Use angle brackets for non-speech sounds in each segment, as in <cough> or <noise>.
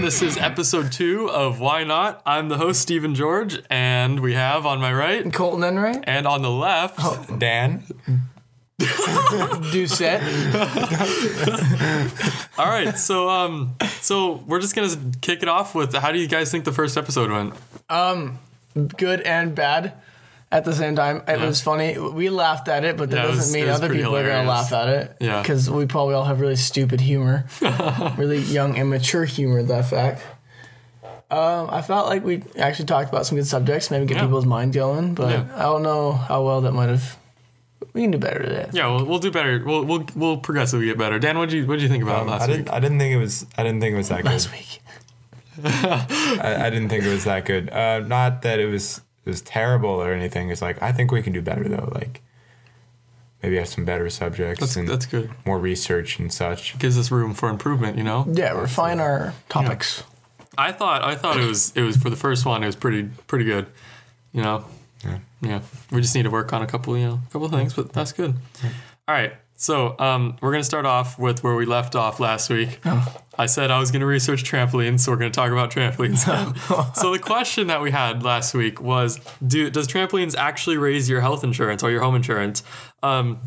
This is episode two of Why Not. I'm the host, Stephen George, and we have on my right Colton Enright, and on the left, Oh, Dan. Doucette. All right, so um, so we're just gonna kick it off with how do you guys think the first episode went? Good and bad at the same time. It was funny. We laughed at it, but that Yeah, it doesn't was- mean it was other pretty people are going to hilarious. laugh at it. Yeah. Because we probably all have really <laughs> stupid humor, really young, immature humor, that fact. Um, I felt like we actually talked about some good subjects, maybe get Yeah. people's mind going, but Yeah. I don't know how well that might have. We can do better today. Yeah, we'll, we'll do better. We'll we'll we'll progressively get better. Dan, what did you what did you think about Um, I last didn't. week? I didn't think it was. I didn't think it was that good. Last week. I, I didn't think it was that good. Uh, not that it was it was terrible or anything. It's like I think we can do better though. Like maybe have some better subjects That's and that's good. more research and such. Gives us room for improvement, you know. Yeah, refine our topics. I thought I thought it was it was for the first one. It was pretty pretty good, you know. Yeah. Yeah, we just need to work on a couple, you know, a couple things, but that's good. All right, so um, we're gonna start off with where we left off last week. I said I was gonna research trampolines, so we're gonna talk about trampolines. <laughs> so the question that we had last week was, do does trampolines actually raise your health insurance or your home insurance? Um,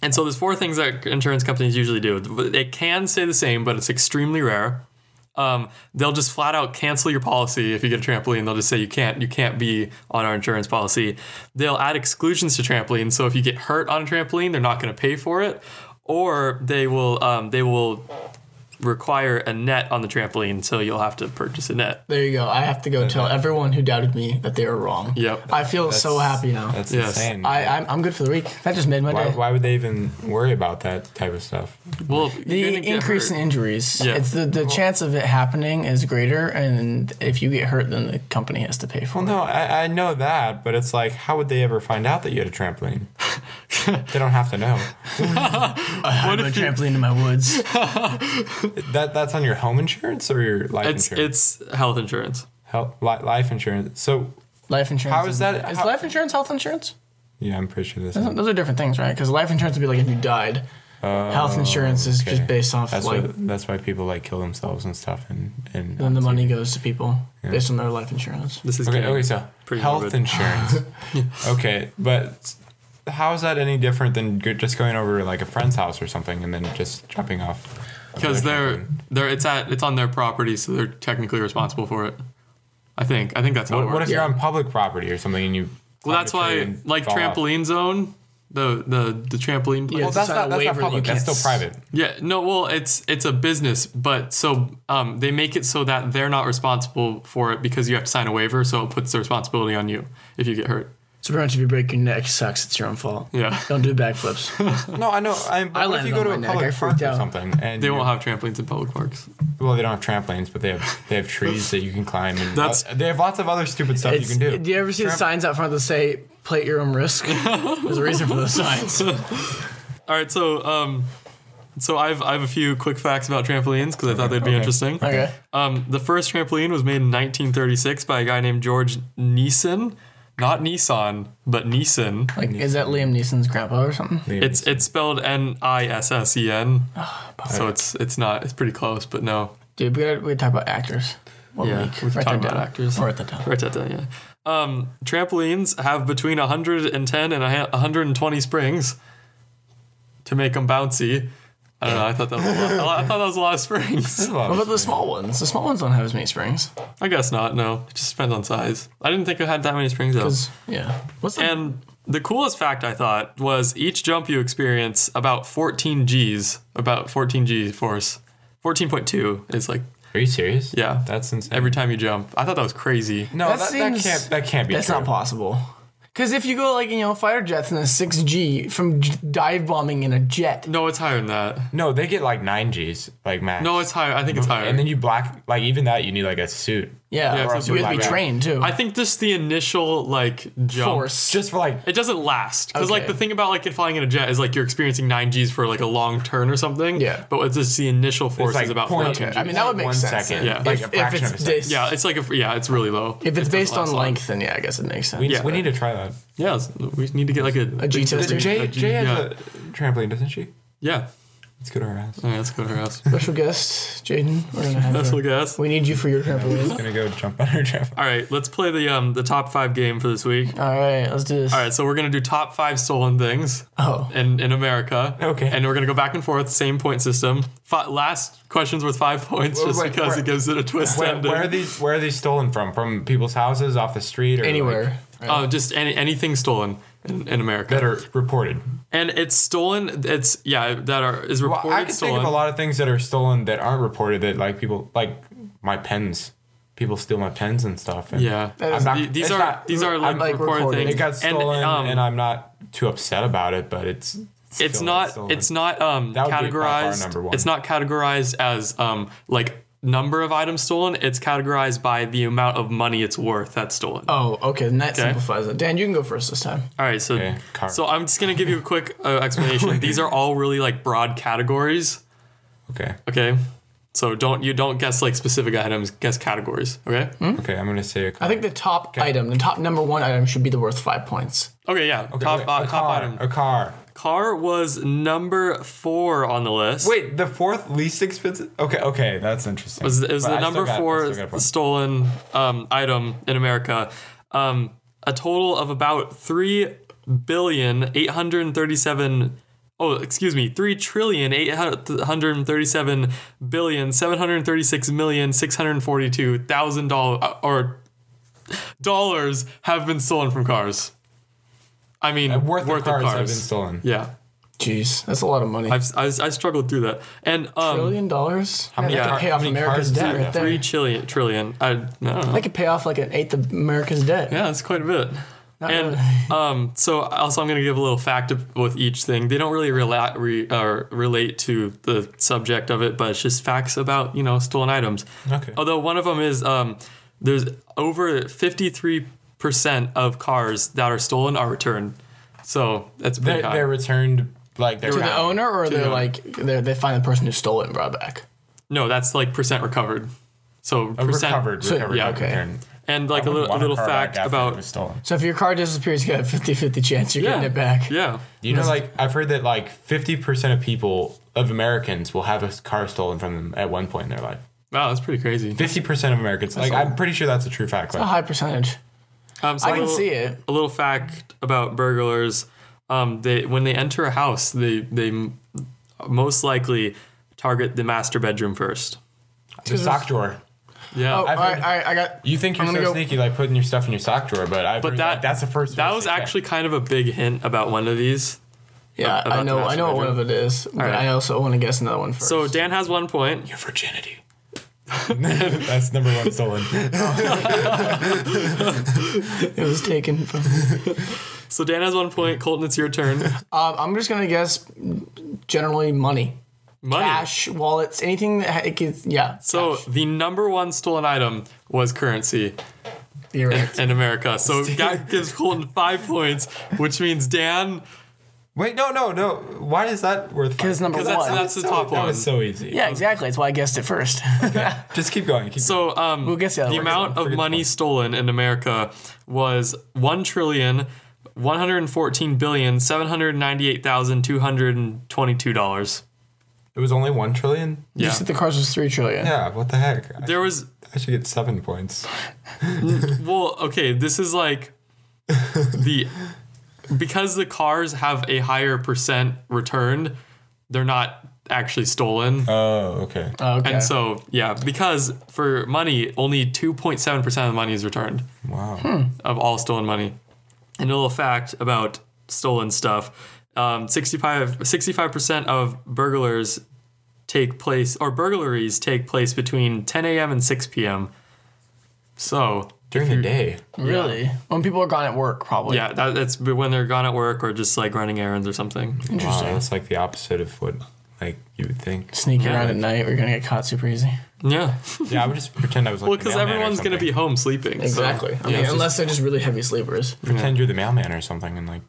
and so there's four things that insurance companies usually do. It can say the same, but it's extremely rare um, they'll just flat out cancel your policy if you get a trampoline. They'll just say you can't you can't be on our insurance policy. They'll add exclusions to trampolines, so if you get hurt on a trampoline, they're not going to pay for it, or they will um, they will require a net on the trampoline, so you'll have to purchase a net. There you go. I have to go tell everyone who doubted me that they were wrong. Yep. I feel so happy now. That's Yes. insane. I, I'm, I'm good for the week. That just made my why, day. why would they even worry about that type of stuff? Well, you're The gonna get increase in hurt. injuries. Yeah. It's the, the chance of it happening is greater, and if you get hurt, then the company has to pay for Well, it. no, I, I know that, but it's like, how would they ever find out that you had <laughs> a trampoline? they don't have to know. I if you- trampoline in my <laughs> woods. That that's on your home insurance or your life it's insurance. it's health insurance. Hel- li- life insurance. So Life insurance. How is that- Is how- life insurance health insurance? yeah, I'm pretty sure this. is Those are different things, right? Because life insurance would be like if you died. health insurance is Oh, Okay. just based off that's like why, that's why people like kill themselves and stuff and and uh, then the money goes to people based on their life insurance. This is okay getting okay so pretty health morbid. insurance okay but how is that any different than go- just going over to like a friend's house or something and then just jumping off a because balcony? they're they're it's at it's on their property, so they're technically responsible for it. I think I think that's how it what, works. what if you're on public property or something and you Well, climb that's a tree why, and like fall off? trampoline zone, the the the trampoline place. Yeah. well that's Sign a not that's waiver not that public you that's still can't private Yeah, no, well, it's it's a business, but so um, they make it so that they're not responsible for it because you have to sign a waiver, so it puts the responsibility on you if you get hurt. So pretty much if you break your neck, sucks. It's your own fault. Yeah. Don't do <laughs> backflips. no I know I, but what if landed you go on to my a neck, I public freaked park or out. something and They you- won't have trampolines in public parks. well they don't have trampolines but they have they have trees that you can climb and That's- they have lots of other stupid stuff you It's- can do you ever see the Tramp- signs out front that say "play at your own risk"? <laughs> There's a reason for those signs. All right, so um, so I've I have a few quick facts about trampolines because I thought they'd be Okay. interesting. Okay. Um, the first trampoline was made in 1936 by a guy named George Neeson, not Nissan, but Neeson. Like, is that Liam Neeson's grandpa or something? It's it's spelled N I S S E N. So it's it's not it's pretty close, but no. Dude, we gotta, we gotta talk about actors. One Yeah, week. we can talk Write that about down. actors. I'll write that down. Write that down, yeah. Um, trampolines have between 110 and a ha- 120 springs to make them bouncy. I don't know. I thought that was a lot, a lot- I thought that was a lot of springs. <laughs> That's a lot What of about the small ones? The small ones don't have as many springs. I guess not. No, it just depends on size. I didn't think it had that many springs though. 'Cause- Yeah. What's the, And the coolest fact I thought was each jump you experience about 14 G's, about 14 G force. 14.2 is like Are you serious? Yeah. that's insane. every time you jump. I thought that was crazy. no, That that, that, seems- can't that can't be. that's true. not possible. Because if you go like you know fighter jets in a six G from j- dive bombing in a jet, No, it's higher than that. No, they get like nine Gs, like max. No, it's higher. I think it's higher. and then you black like even that you need like a suit. yeah, Yeah, or else you it's have to be like- trained too. I think just the initial like jump. Force. Just for like It doesn't last because like Okay. the thing about like flying in a jet is like you're experiencing nine G's for like a long turn or something. Yeah. But it's just the initial force it's like is about point, 14 Okay, I mean, that would make one sense. second, Yeah. like if, if a fraction of a it's second. based, Yeah, it's like a, yeah, it's really low. if it's based on length. length, then yeah, I guess it makes sense. We, Yeah. we need to try that. Yeah, it's- we need to get like a, G big tester. tester. Jay, A G- Jay has yeah. a trampoline, doesn't she? yeah. Let's go to our house. All right, let's go to her house. Special guest, Jaden. We're gonna have That's you. what <laughs> guess. We need you for your trampoline. Just gonna go jump on <laughs> our trampoline. All right, let's play the um the top five game for this week. All right, let's do this. All right, so we're gonna do top five stolen things Oh, in in America. Okay. And we're gonna go back and forth, same point system. Fi last question's worth five points, Wait, just wait, because where- it gives it a twist Where, ending. where are these? Where are these stolen from? From people's houses, off the street, or like, anywhere. Oh, just any anything stolen in, in America. that are reported. And it's stolen. It's yeah, that are is Well, reported I can stolen. think of a lot of things that are stolen that aren't reported. That like people like my pens. People steal my pens and stuff. And Yeah, That is- I'm not- The- these it's are not- these are I'm- like, like, reported recorded. things. It got stolen, and, um, I'm not too upset about it, but it's it's still not stolen. it's not um That would be by far categorized number one. it's not categorized as um like number of items stolen it's categorized by the amount of money it's worth that's stolen Oh, okay. Then that simplifies it. Dan, you can go first this time. all right so Okay, car. so i'm just gonna give you a quick uh, <laughs> explanation these are all really like broad categories okay. okay so don't you don't guess like specific items guess categories okay Okay, I'm gonna say a car. Hmm? I think the top item, the top number one item, should be the worth five points. okay yeah top Okay, uh, a top car, item A car. car was number four on the list Wait, the fourth least expensive. Okay, okay, that's interesting. It was, it was But the I still number got- I four still got a point. stolen um, item in America. Um, a total of about three billion eight hundred thirty-seven. Oh, excuse me, three trillion eight hundred thirty-seven billion seven hundred thirty-six million six hundred forty-two thousand dollars or dollars have been stolen from cars. I mean, Uh, Worth, of cars, have been cars. stolen. Yeah, Jeez, that's a lot of money. I've, I, I struggled through that, and um, Billion dollars? How many that car- could pay how off many America's cars is debt that? right there. three trillion trillion. I, I don't know. That could pay off like an eighth of America's debt. Yeah, it's quite a bit. <laughs> and um, so also I'm going to give a little fact of- with each thing. They don't really rela- re- or relate to the subject of it, but it's just facts about you know stolen items. Okay. Although one of them is um, there's over 53 percent of cars that are stolen are returned. So that's pretty They're, high. they're returned like they're To the found. owner, or they're the owner. like they they find the person who stole it and brought it back. no, that's like percent recovered. So Uh, percent recovered, So- recovered, yeah, not okay. returned. And like I a wouldn't little, a want little car back fact after it about was stolen. So if your car disappears, you got a 50-50 chance you're yeah, getting it back. Yeah. You know, like I've heard that like fifty percent of people of Americans will have a car stolen from them at one point in their life. Wow, that's pretty crazy. Fifty percent of Americans, like I'm pretty sure that's a true fact. A Like, high percentage. Um, so I a can little- see it. a little fact about burglars um, they when they enter a house they they m- most likely target the master bedroom first the sock drawer. yeah Oh, all I've right, heard- all right, I got. You think you're I'm so gonna go- sneaky, like putting your stuff in your sock drawer, but I've but heard, that like, that's the first. that place was they check. actually kind of a big hint about one of these Yeah, about I know. the I know what one of master it is, but right. I also want to guess another one first. so dan has one point <laughs> your virginity. <laughs> that's number one stolen. it was taken <laughs> from. so dan has one point <laughs> colton it's your turn Um, I'm just gonna guess generally money, money cash, wallets, anything that ha- it gets. Yeah. so cash. the number one stolen item was currency <laughs> You're right. in america <laughs> so that gives colton five points which means dan Wait, no, no, no. Why is that worth? Because number one. because that's, that's the So- top That one was so easy. yeah, exactly. That's why I guessed it first. <laughs> Just keep going. Keep So um, We'll guess the the, other one. amount of Forget the money one. stolen in America was one trillion one hundred fourteen billion seven hundred ninety-eight thousand two hundred twenty-two dollars. It was only one trillion. You Yeah, said the cars was three trillion. Yeah. What the heck? I, there was I should get seven points. well, okay. This is <laughs> like the because the cars have a higher percent returned, they're not actually stolen. Oh, okay. Oh, okay. And so, yeah, because for money, only 2.7% of the money is returned. Wow. Hmm. of all stolen money. And a little fact about stolen stuff um, 65, 65% of burglars take place, or burglaries take place between 10 a.m. and 6 p.m. So, During the day. really, when people are gone at work, probably. yeah, that, that's when they're gone at work or just like running errands or something. Interesting. Wow, that's like the opposite of what like you would <laughs> think. Sneak around at night, we're gonna get caught super easy. Yeah. <laughs> Yeah, I would just pretend I was like. Well, the because mailman or everyone's going to be something. home sleeping. so- Exactly. I mean, yeah. unless they're just really heavy sleepers. pretend you're the mailman or something and like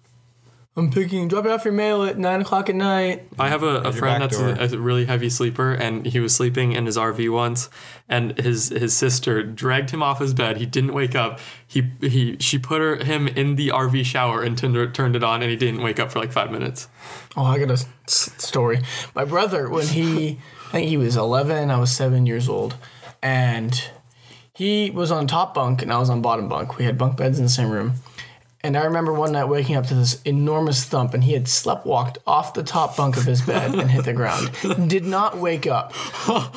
I'm picking, dropping off your mail at nine o'clock at night. I have a, a your friend back that's a, a really heavy sleeper, and he was sleeping in his RV once, and his his sister dragged him off his bed. He didn't wake up. He he she put her, him in the RV shower and turned turned it on, and he didn't wake up for like five minutes. Oh, I got a s- story. My brother, when he, I think he was 11, I was seven years old, and he was on top bunk and I was on bottom bunk. We had bunk beds in the same room. And I remember one night waking up to this enormous thump, and he had sleptwalked off the top bunk of his bed and hit the ground. Did not wake up.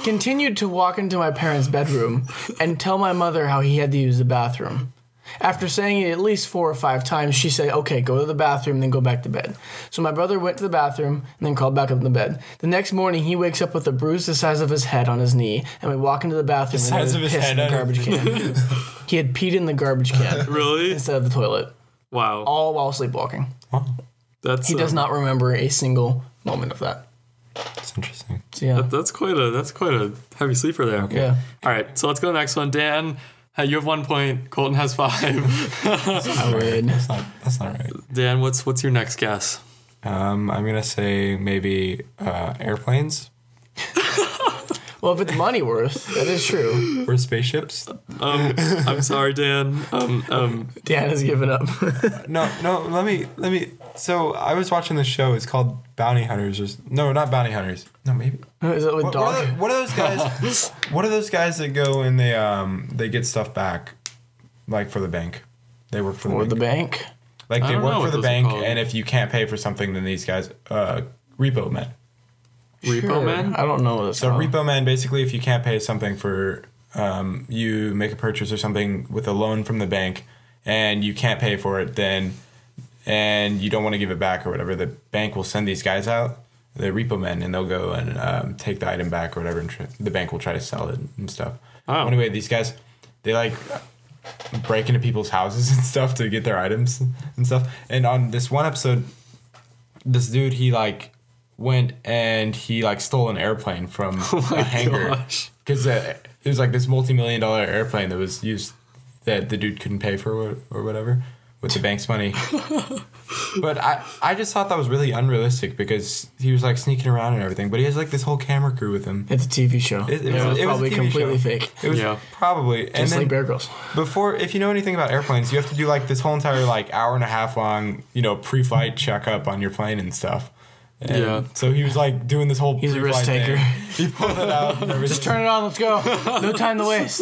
Continued to walk into my parents' bedroom and tell my mother how he had to use the bathroom. After saying it at least four or five times, she said, okay, go to the bathroom, then go back to bed. So my brother went to the bathroom and then crawled back up in the bed. The next morning, he wakes up with a bruise the size of his head on his knee, and we walk into the bathroom and there's size of his piss head in the on his- garbage <laughs> can. he had peed in the garbage <laughs> can Really? instead of the toilet, Wow. all while sleepwalking. That's He does um, not remember a single moment of that. That's interesting. So, yeah. That's quite a that's quite a heavy sleeper there. Yeah. All right, so let's go to the next one. Dan, uh, you have one point. Colton has five. <laughs> I would. That's not. That's not right. Dan, what's what's your next guess? Um, I'm gonna say maybe uh, airplanes Well, if it's money worth, that is true. or spaceships. Um, I'm sorry, Dan. Um, um, Dan has given up. <laughs> No, no. Let me. Let me. So I was watching this show. It's called Bounty Hunters. Or, s- no, not Bounty Hunters. No, maybe. is it with What, what, are dog? the- what are those <laughs> guys? what are those guys that go and they um they get stuff back, like for the bank? They work for the Or bank. the bank? Like I they don't know work what for the those are bank, called. and if you can't pay for something, then these guys, uh, repo men. Repo Man? Oh, I don't know what it's So Uh-huh. called. repo men, basically, if you can't pay something for, um, you make a purchase or something with a loan from the bank, and you can't pay for it, then, and you don't want to give it back or whatever, the bank will send these guys out, the repo men, and they'll go and um, take the item back or whatever, and tr- the bank will try to sell it and stuff. Oh. Anyway, these guys, they like break into people's houses <laughs> and stuff to get their items and stuff. And on this one episode, this dude he like went and he like stole an airplane from a hangar gosh. because it was like this multi-million dollar airplane that was used that the dude couldn't pay for or- or whatever with the bank's money. but I I just thought that was really unrealistic because he was like sneaking around and everything, but he has like this whole camera crew with him. It's a TV show. It, it Yeah, was, it's it was a probably TV completely show. fake. It was Yeah. probably and Just then, like Bear Girls. before if you know anything about airplanes you have to do like this whole entire like hour and a half long you know pre-flight checkup on your plane and stuff And Yeah. so he was like doing this whole He's a risk pre-flight taker. thing. he pulled it out <laughs> and everything. Just turn it on. Let's go. <laughs> No time to waste.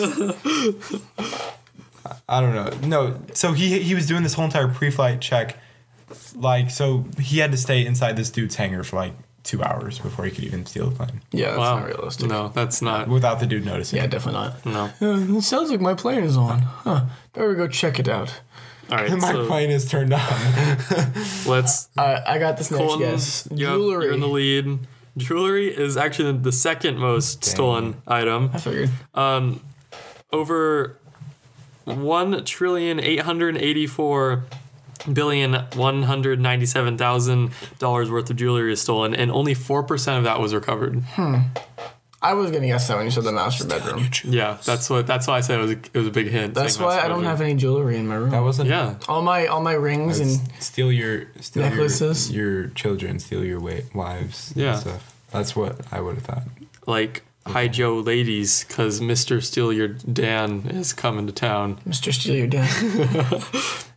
i don't know no so he he was doing this whole entire pre-flight check like so he had to stay inside this dude's hangar for like two hours before he could even steal the plane Yeah, that's Wow. not realistic. No, that's not. without the dude noticing Yeah, definitely not. No. Hmm. Uh, it sounds like my plane is on. Huh. Better go check it out. All <laughs> right, <laughs> my so plane is turned on let's. Uh, I got this next Colton, guess. you have- Jewelry. you're in the lead. Jewelry is actually the second most stolen item. I figured. um, over one trillion eight hundred eighty-four billion one hundred ninety-seven thousand dollars worth of jewelry is stolen, and only four percent of that was recovered. <laughs> I was gonna guess that when you said the master bedroom. Yeah, that's what. That's why I said it was. A, it was a big hint. That's saying why I don't surprising. have any jewelry in my room. that wasn't Yeah, all my all my rings and steal your steal your- Necklaces? Your, children, steal your wa- wives. and Yeah. stuff. That's what I would have thought. like hi Joe, ladies, because Mister Steal Your Dan is coming to town. Mr. Steal Your Dad.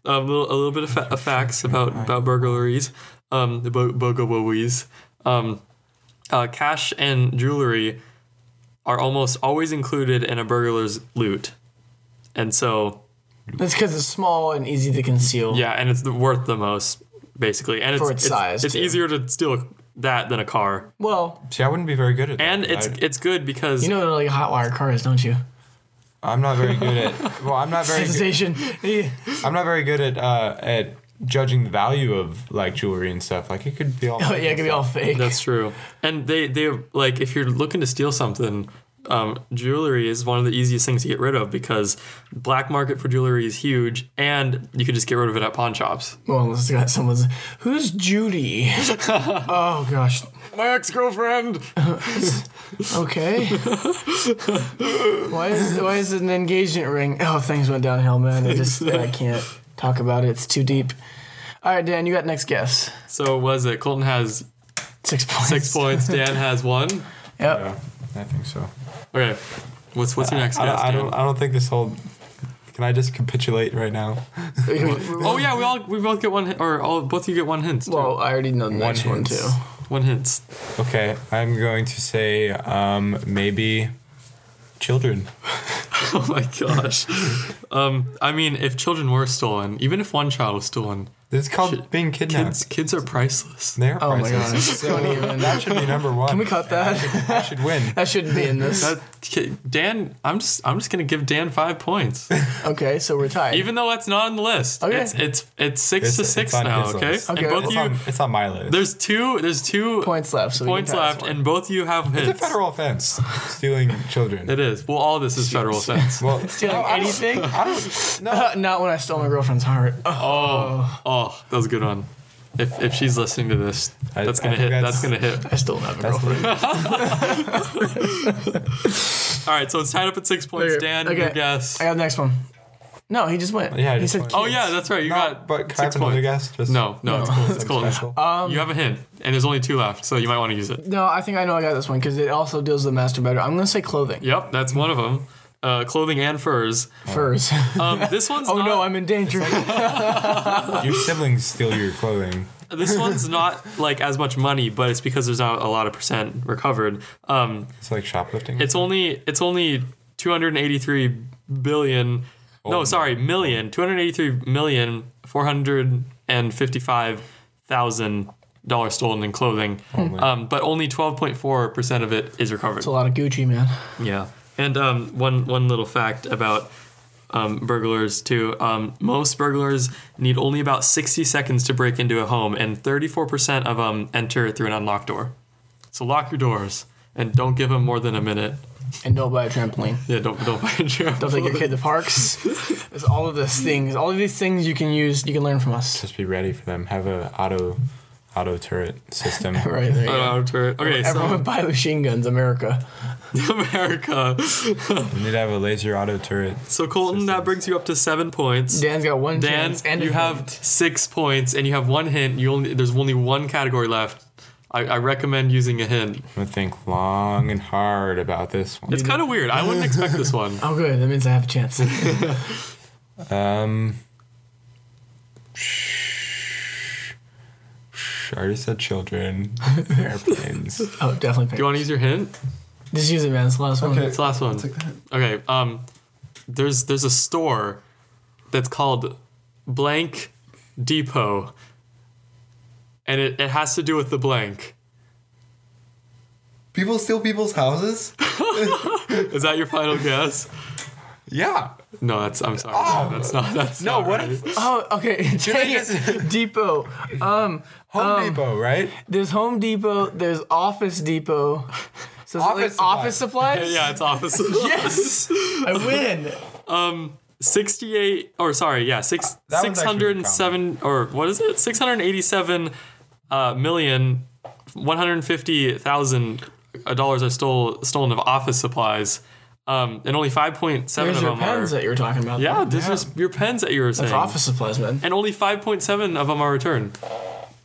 Um, a, little, a little bit of, fa- of facts about about burglaries, um, the bo- bogobowies. Um, uh, cash and jewelry are almost always included in a burglar's loot, and so That's because it's small and easy to conceal. yeah, and it's the, worth the most basically, and it's For its it's, size, it's too. easier to steal that than a car, Well, See, I wouldn't be very good at that. and it's I, it's good because you know they're like hot wire cars, don't you? I'm not very <laughs> good at. Well, I'm not very. Good, <laughs> Sensation. Yeah. I'm not very good at uh, at judging the value of like jewelry and stuff. Like it could be all. <laughs> Oh yeah, it could be all fake. That's true. And they they like if you're looking to steal something, um, jewelry is one of the easiest things to get rid of because black market for jewelry is huge, and you could just get rid of it at pawn shops. Well, unless it's got someone's. <laughs> Who's Judy? oh gosh. My ex girlfriend. Okay. why is why is it an engagement ring? Oh, things went downhill, man. I just I can't talk about it. It's too deep. All right, Dan, you got next guess. So was it Colton has Six points. six <laughs> points, Dan has one. Yep. <laughs> Yeah, I think so. Okay, what's what's your next I, guess? I Dan? don't. I don't think this whole. Can I just capitulate right now? Oh yeah, we all we both get one hint, or all both of you get one hint. too. Well, I already know the next one hint. too. One hint. <laughs> Okay, I'm going to say um, maybe children. Oh my gosh. um, I mean, if children were stolen, even if one child was stolen, It's called Shit. being kidnapped. kids kids are priceless. They're Oh my priceless. gosh, <laughs> don't even. That should be number one. Can we cut that? I should win. that shouldn't be in this. That, ki- Dan, I'm just I'm just gonna give Dan five points, Okay, so we're tied. even though that's not on the list. Okay. It's it's it's six It's- to it's six on now. his Okay? list. and Okay. both It's, of you, on, it's on my list. there's two there's two points left. So we points can tie this left, one. and both of you have it's a hits. federal offense. <laughs> Stealing children. It is. Well, all this is federal <laughs> offense. well, Stealing anything? <laughs> I don't. No. Uh, <laughs> not when I stole my girlfriend's heart. Ugh. Oh, oh, that was a good one. If, if she's listening to this, I- that's I gonna think hit. That's that's- gonna hit. I still don't have a That's girlfriend. All right, so it's tied up at six points. Okay, Dan, okay. your guess. I got the next one. No, he just went. Yeah, I he just said. went. Oh yeah, that's right. You got but can I six have another points. guess? Just- No, no, it's cool. It's cool. Special. Um, you have a hint, and there's only two left, so you might want to use it. No, I think I know I got this one because it also deals with the master bedroom. I'm gonna say clothing Yep, that's one of them. Uh, clothing and furs. <laughs> furs. <laughs> Um, this one's. oh not, no, I'm in danger. Your siblings steal your clothing. This one's not like as much money, but it's because there's not a lot of percent recovered. Um, It's like shoplifting. it's only it's only 283 billion. Oh, no, my. sorry, million. 283 million 455 thousand dollars stolen in clothing. my. Um, but only 12.4 percent of it is recovered. It's a lot of Gucci, man. Yeah, and um, one one little fact about um, burglars too. Um, most burglars need only about sixty seconds to break into a home, and thirty four percent of them enter through an unlocked door. So lock your doors and don't give them more than a minute. And don't buy a trampoline. Yeah, don't don't <laughs> buy a trampoline. Don't take your kid <laughs> to parks. There's all of these things. All of these things you can use. You can learn from us. <laughs> Just be ready for them. Have a auto, auto turret <laughs> system. Right there. You go. Uh, turret. Okay, Everyone so would buy machine guns, America. <laughs> America. You need to have a laser auto turret. So Colton, that brings you up to seven points. Dan's got one Dan, chance, and a you have hint. six points, and you have one hint. You only there's only one category left. I, I recommend using a hint. I'm gonna think long and hard about this one. It's kind of weird. I wouldn't expect this one. Oh, good. That means I have <laughs> a chance. Um. I already <laughs> said children, airplanes. Oh, definitely. Do you want to use your hint? Just use it, man. It's the last one. It's the last one. Okay. Um, there's there's a store that's called Blank Depot, and it, it has to do with the blank. People steal people's houses? Is that your final guess? Yeah. No, that's I'm sorry. that's not that's No. not What right. if Oh, okay. <laughs> Dang it. just- Depot. Um, <laughs> Home Depot? Right. there's Home Depot. There's Office Depot. So is it Office like office supplies. <laughs> Yeah, it's office. Yes, I win. 68 or sorry yeah six, That one's actually pretty 607 or what is it 687 uh, million 150 thousand dollars are stole, stolen of office supplies um, and only 5.7 There's of your them pens are that you were talking about. yeah this is your pens that you were saying That's office supplies, man. and only 5.7 of them are returned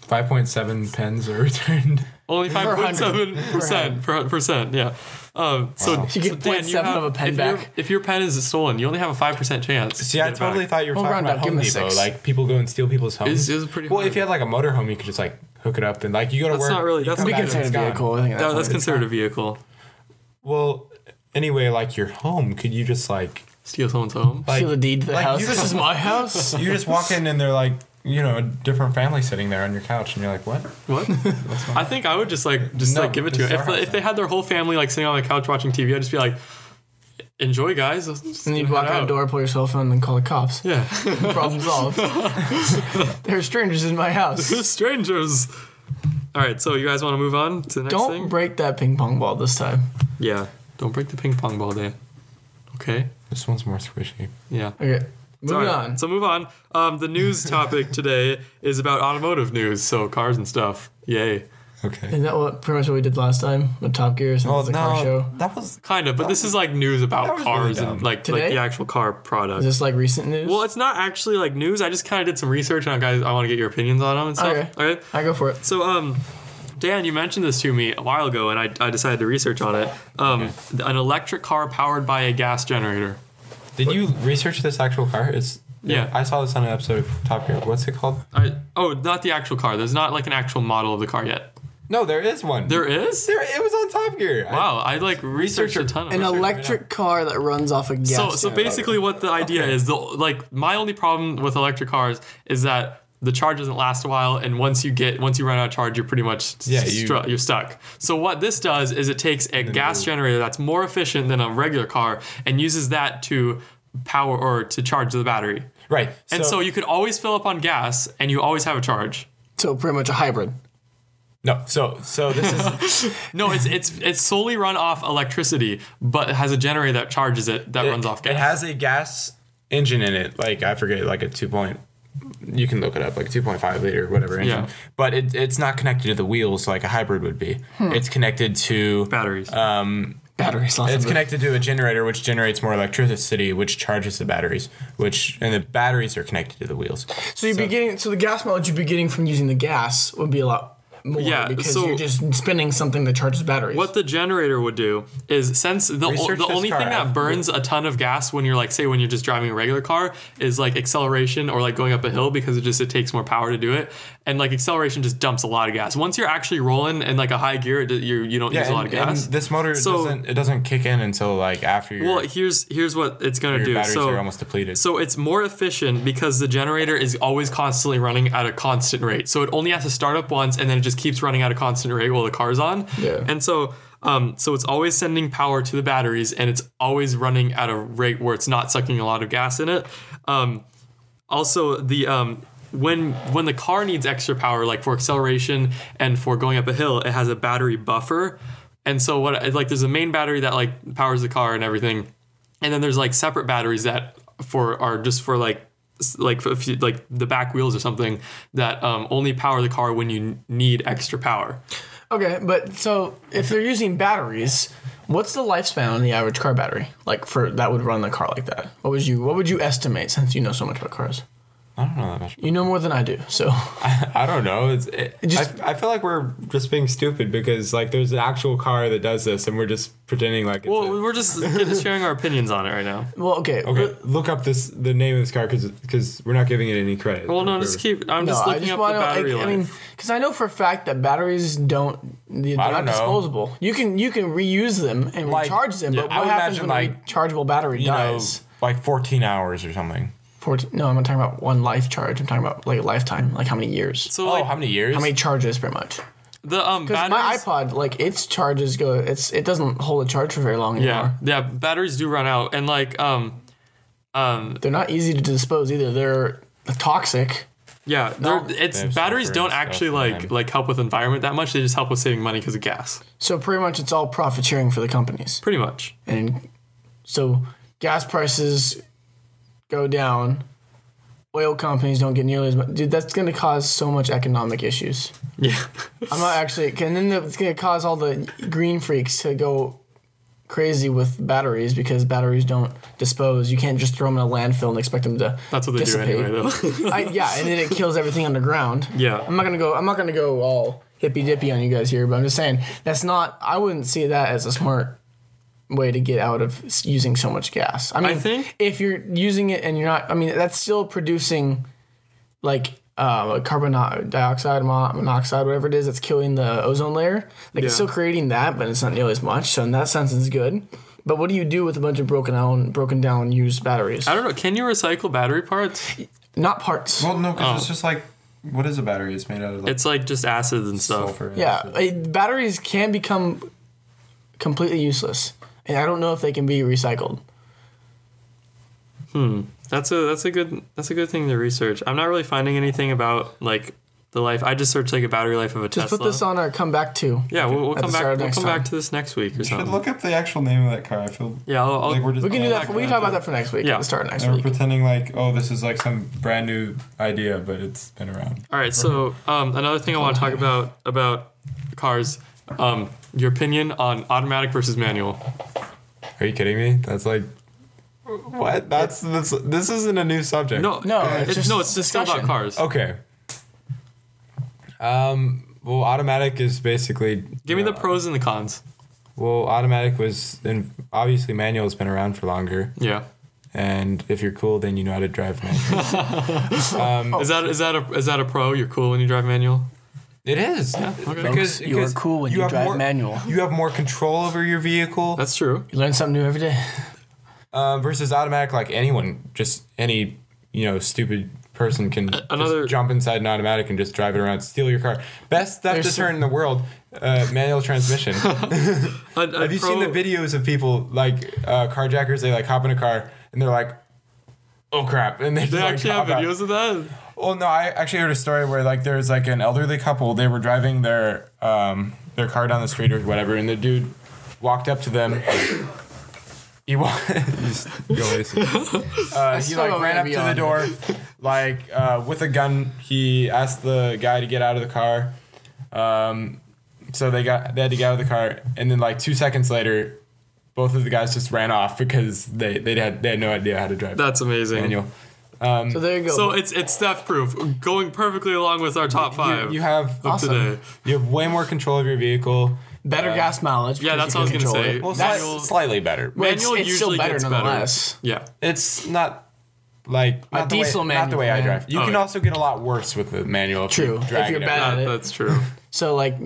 Five point seven pens are <laughs> returned. only 5.7 percent per, percent yeah um, so, Wow. so You get Dan, 0.7 of a pen if, back. Your, if your pen is stolen you only have a 5% chance to See, get I it totally back. thought you were Well, talking round about up, give Home him a Depot. six. Like people go and steal people's homes. It's- it's pretty well, hard. if you had like a motorhome, you could just like hook it up and like you go to work. not really- you that's not come back and Considered it's a gone. vehicle. I think at that No, that's point. considered a vehicle Well, anyway, like your home, could you just like steal someone's home like Steal the deed to the like, house. you This just- is my <laughs> house. you just walk in and they're like you know a different family sitting there on your couch and you're like what? <laughs> What? I think I would just like just No, like give it to just him. If, our house if they had their whole family like sitting on the couch watching TV, I'd just be like, "Enjoy, guys." Just and you head walk out the door, pull your cell phone, and call the <laughs> cops. Yeah, <laughs> Problem <laughs> solved. there are strangers in my <laughs> house. strangers. All right, so you guys want to move on to the next Don't thing? break that ping pong ball this time. yeah, don't break the ping pong ball, Dan. Okay. This one's more squishy. Yeah. Okay, moving All right, on. So move on. <laughs> Um, the news topic today is about automotive news, so cars and stuff. Yay. Okay. Isn't that what pretty much what we did last time with Top Gear? Since Well, it's a car show. no, that was Kind of, but this is like news about was really cars dumb. and like Today? like the actual car product. Is this like recent news? well, it's not actually like news. I just kind of did some research and I guys, I want to get your opinions on them and stuff. Okay. All right. I go for it. So, um, Dan, you mentioned this to me a while ago, and I, I decided to research on it. Um, An electric car powered by a gas generator. Did you research this actual car? It's Yeah. I saw this on an episode of Top Gear. What's it called? I, oh, not the actual car. There's not like an actual model of the car yet. No, there is one. There is. There- it was on Top Gear. I- Wow, I like researched a ton of An it. electric car that runs off a gas. so so generator. basically what the idea is the like my only problem with electric cars is that the charge doesn't last a while and once you get once you run out of charge you're pretty much Yeah, yeah, you- you're stuck so what this does is it takes a gas you- generator that's more efficient than a regular car and uses that to power or to charge the battery right. and so, you could always fill up on gas and you always have a charge so pretty much a hybrid. no, so so this <laughs> is no <laughs> it's it's it's solely run off electricity but it has a generator that charges it that runs off gas It has a gas engine in it. Like I forget, like a two point. You can look it up, like two point five liter, whatever engine. Yeah. But it, it's not connected to the wheels like a hybrid would be. It's connected to batteries Batteries. Lots It's of it. connected to a generator, which generates more electricity, which charges the batteries, which and the batteries are connected to the wheels. So you'd be getting so the gas mileage you'd be getting from using the gas would be a lot more Yeah, because so- you're just spinning something that charges batteries. What the generator would do is since the, Research the this only car. thing that I've- burns a ton of gas when you're like say when you're just driving a regular car is like acceleration or like going up a hill because it just it takes more power to do it and like acceleration just dumps a lot of gas. Once you're actually rolling in like a high gear, it, you you don't use a lot of and- gas. and this motor So- doesn't it doesn't kick in until like after your, well, here's here's what it's gonna your do. batteries so are almost depleted. so it's more efficient because the generator is always constantly running at a constant rate. So it only has to start up once and then it just keeps running at a constant rate while the car's on. Yeah. And so um, so it's always sending power to the batteries and it's always running at a rate where it's not sucking a lot of gas in it. Um, also the um, when when the car needs extra power, like for acceleration and for going up a hill, it has a battery buffer. And so what like there's a main battery that like powers the car and everything, and then there's like separate batteries that for are just for like s- like for if you, like the back wheels or something that um, only power the car when you n- need extra power. okay, but so if they're using batteries, what's the lifespan on the average car battery? Like for that would run the car like that. What would you what would you estimate since you know so much about cars? I don't know that much. You know more than I do. So <laughs> I don't know. It's, it, just- I, I feel like we're just being stupid because like there's an actual car that does this, and we're just pretending like. It's Well, a- we're <laughs> just getting- sharing our opinions on it right now. well okay. okay, look up this the name of this car because we're not giving it any credit. Well, no, just keep. I'm No, just I looking just up want the to. I, battery I life. mean, because I know for a fact that batteries don't they're I not don't know. disposable. You can you can reuse them and Like, recharge them, but yeah, I what would happens imagine, when a like, rechargeable battery you know, dies? like 14 hours or something. 14, no, I'm not talking about one life charge. I'm talking about like a lifetime, like how many years, so Oh, like how many years? how many charges, pretty much. the um Because batteries. my iPod, like its charges go, it's it doesn't hold a charge for very long anymore. yeah, yeah, batteries do run out, and like um um They're not easy to dispose either. They're toxic. yeah, No. they're it's They have batteries sulfur don't and stuff actually in like them. like help with environment that much. They just help with saving money because of gas, So pretty much, it's all profit sharing for the companies. pretty <laughs> much. and so gas prices go down. Oil companies don't get nearly as much. Dude, that's going to cause so much economic issues. Yeah, I'm not actually, and then it's going to cause all the green freaks to go crazy with batteries because batteries don't dispose. You can't just throw them in a landfill and expect them to. that's what they dissipate. do anyway, though. <laughs> I, yeah, and then it kills everything underground. Yeah. I'm not gonna go. I'm not gonna go all hippy dippy on you guys here, but I'm just saying that's not. I wouldn't see that as a smart way to get out of s- using so much gas. I mean, think- if you're using it and you're not, I mean, that's still producing like uh, carbon dioxide, mo- monoxide, whatever it is that's killing the ozone layer. Like Yeah. it's still creating that, but it's not nearly as much. So in that sense, it's good. But what do you do with a bunch of broken down, broken down used batteries? I don't know. Can you recycle battery parts? Not parts. Well, no, because it's Oh. just like, what is a battery? It's made out of like It's like just acids and stuff. sulfur. and Yeah, shit. uh, batteries can become completely useless, and I don't know if they can be recycled. That's a that's a good that's a good thing to research. I'm not really finding anything about like the life. I just searched like a battery life of a Just Tesla. put this on our comeback too. yeah, we'll, we'll at the come back. start We'll of come next back time. to this next week or Should something. look up the actual name of that car. I feel yeah, I'll, I'll, like we're just We can do that. For, we can talk about that for next week. Yeah. Let's start next And we're week. pretending like, oh, this is like some brand new idea, but it's been around. All right. So um, another thing I want to talk about about cars. Um, your opinion on automatic versus manual? Are you kidding me? That's like what? That's this. This isn't a new subject. No, No, it- it's just no, it's just still about discussion. cars. Okay. Um. Well, automatic is basically. uh, Give me the pros and the cons. Well, automatic was in, obviously manual has been around for longer, Yeah. and if you're cool, then you know how to drive manual. Oh. Is that is that a is that a pro? You're cool when you drive manual. it is okay. because you are because cool when you have drive more- manual. You have more control over your vehicle. That's true. You learn something new every day. Um, versus automatic, like anyone, just any you know stupid person can another- just jump inside an automatic and just drive it around, steal your car. Best theft There's deterrent in the world, uh, manual <laughs> transmission. have A- a you seen pro- the videos of people like uh, carjackers? They like hop in a car and they're like. Oh crap! And they, just, They like, actually have hop out. videos of that. Well, no, I actually heard a story where like there's like an elderly couple. They were driving their um their car down the street or whatever, and the dude walked up to them. he wa- <laughs> He's- go away. uh, he still like don't ran wanna up be to the on. door, <laughs> like uh, with a gun. He asked the guy to get out of the car. Um, so they got they had to get out of the car, and then like two seconds later, both of the guys just ran off because they they had they had no idea how to drive. That's amazing. manual. So there you go. So it's it's theft proof, going perfectly along with our top five. You, you have of today. You have way more control of your vehicle. better gas mileage. uh, Yeah, because that's what you I was can gonna control say. it. Well, That's- manual- slightly better. Well, it's- Manual it's still usually better gets nonetheless. Yeah. It's not like not the diesel way, not the way manual, I man. drive. You Oh, can yeah. also get a lot worse with the manual. If True. You If drag you're it bad- out. That- it. that's <laughs> true. so like,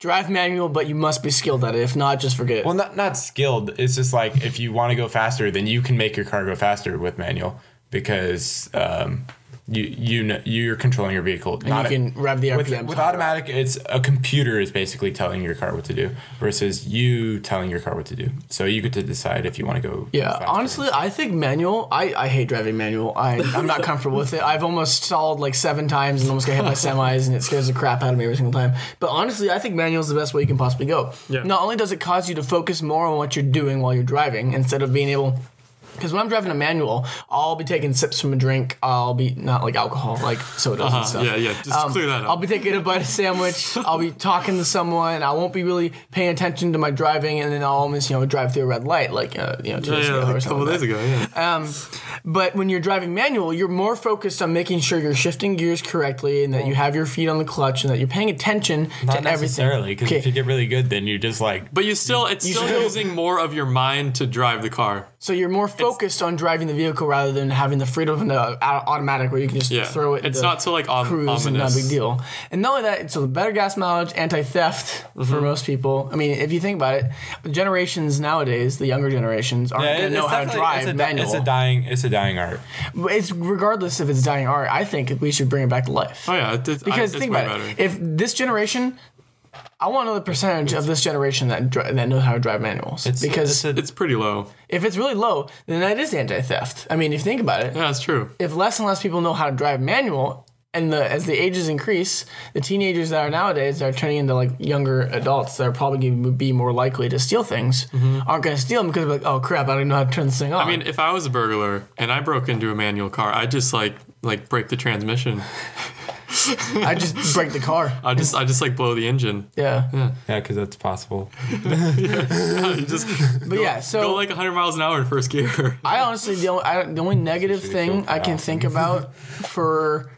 drive manual, but you must be skilled at it. If not, just forget. it. Well, not not skilled. It's just like if you want to go faster, then you can make your car go faster with manual because um, you you know, you're controlling your vehicle. you not a- can rev the with, RPM. with automatic, it's a computer is basically telling your car what to do versus you telling your car what to do. So you get to decide if you want to go. Yeah, faster. honestly, I think manual. I, I hate driving manual. I I'm not comfortable with it. I've almost stalled like seven times and almost got hit by semis, and it scares the crap out of me every single time. But honestly, I think manual is the best way you can possibly go. Yeah. Not only does it cause you to focus more on what you're doing while you're driving instead of being able. Because when I'm driving a manual, I'll be taking sips from a drink. I'll be not like alcohol, like sodas Uh-huh, and stuff. yeah, yeah, just clear that up. um, I'll be taking a bite <laughs> of sandwich. I'll be talking to someone. I won't be really paying attention to my driving, and then I'll almost you know drive through a red light, like uh, you know two Yeah, days yeah, ago or like a something. couple like days that. ago. Yeah. But when you're driving manual, you're more focused on making sure you're shifting gears correctly and that you have your feet on the clutch and that you're paying attention not to everything. necessarily because if Okay. you get really good, then you just like But you still, it's still still- using more of your mind to drive the car. So you're more focused on driving the vevehicle rather than having the freedom of the au- automatic where you can just Yeah. throw it. It's into not so like om- cruise and not a ominous. big deal. And not only that, so the better gas mileage, anti theft Mm-hmm. for most people. I mean, if you think about it, the generations nowadays, the younger generations, aren't Yeah, going to know how to definitely- drive "Eh, it's a, di- manual. It's a dying. It's a dying art. But it's regardless if it's dying art. I think we should bring it back to life. Oh yeah, it, it, Because I, it's think way about better. it. If this generation, I want to know the percentage of this generation that dri- that knows how to drive manuals. It's because it's a, it's pretty low. if it's really low, then that is anti-theft. I mean, if you think about it, Yeah, that's true. if less and less people know how to drive manual, and the as the ages increase, the teenagers that are nowadays that are turning into like younger adults that are probably going to be more likely to steal things aren't going to steal them because they're like, oh crap, I don't know how to turn this thing on. Mm-hmm. I mean, if I was a burglar and I broke into a manual car, I'd just like like break the transmission. <laughs> I just break the car. I just I just like blow the engine. <laughs> Yeah, yeah, because that's possible. You just but yeah. So go like 100 miles an hour in first <laughs> gear. I honestly the only, I, the only negative Should've thing killed I can Ralph. think about for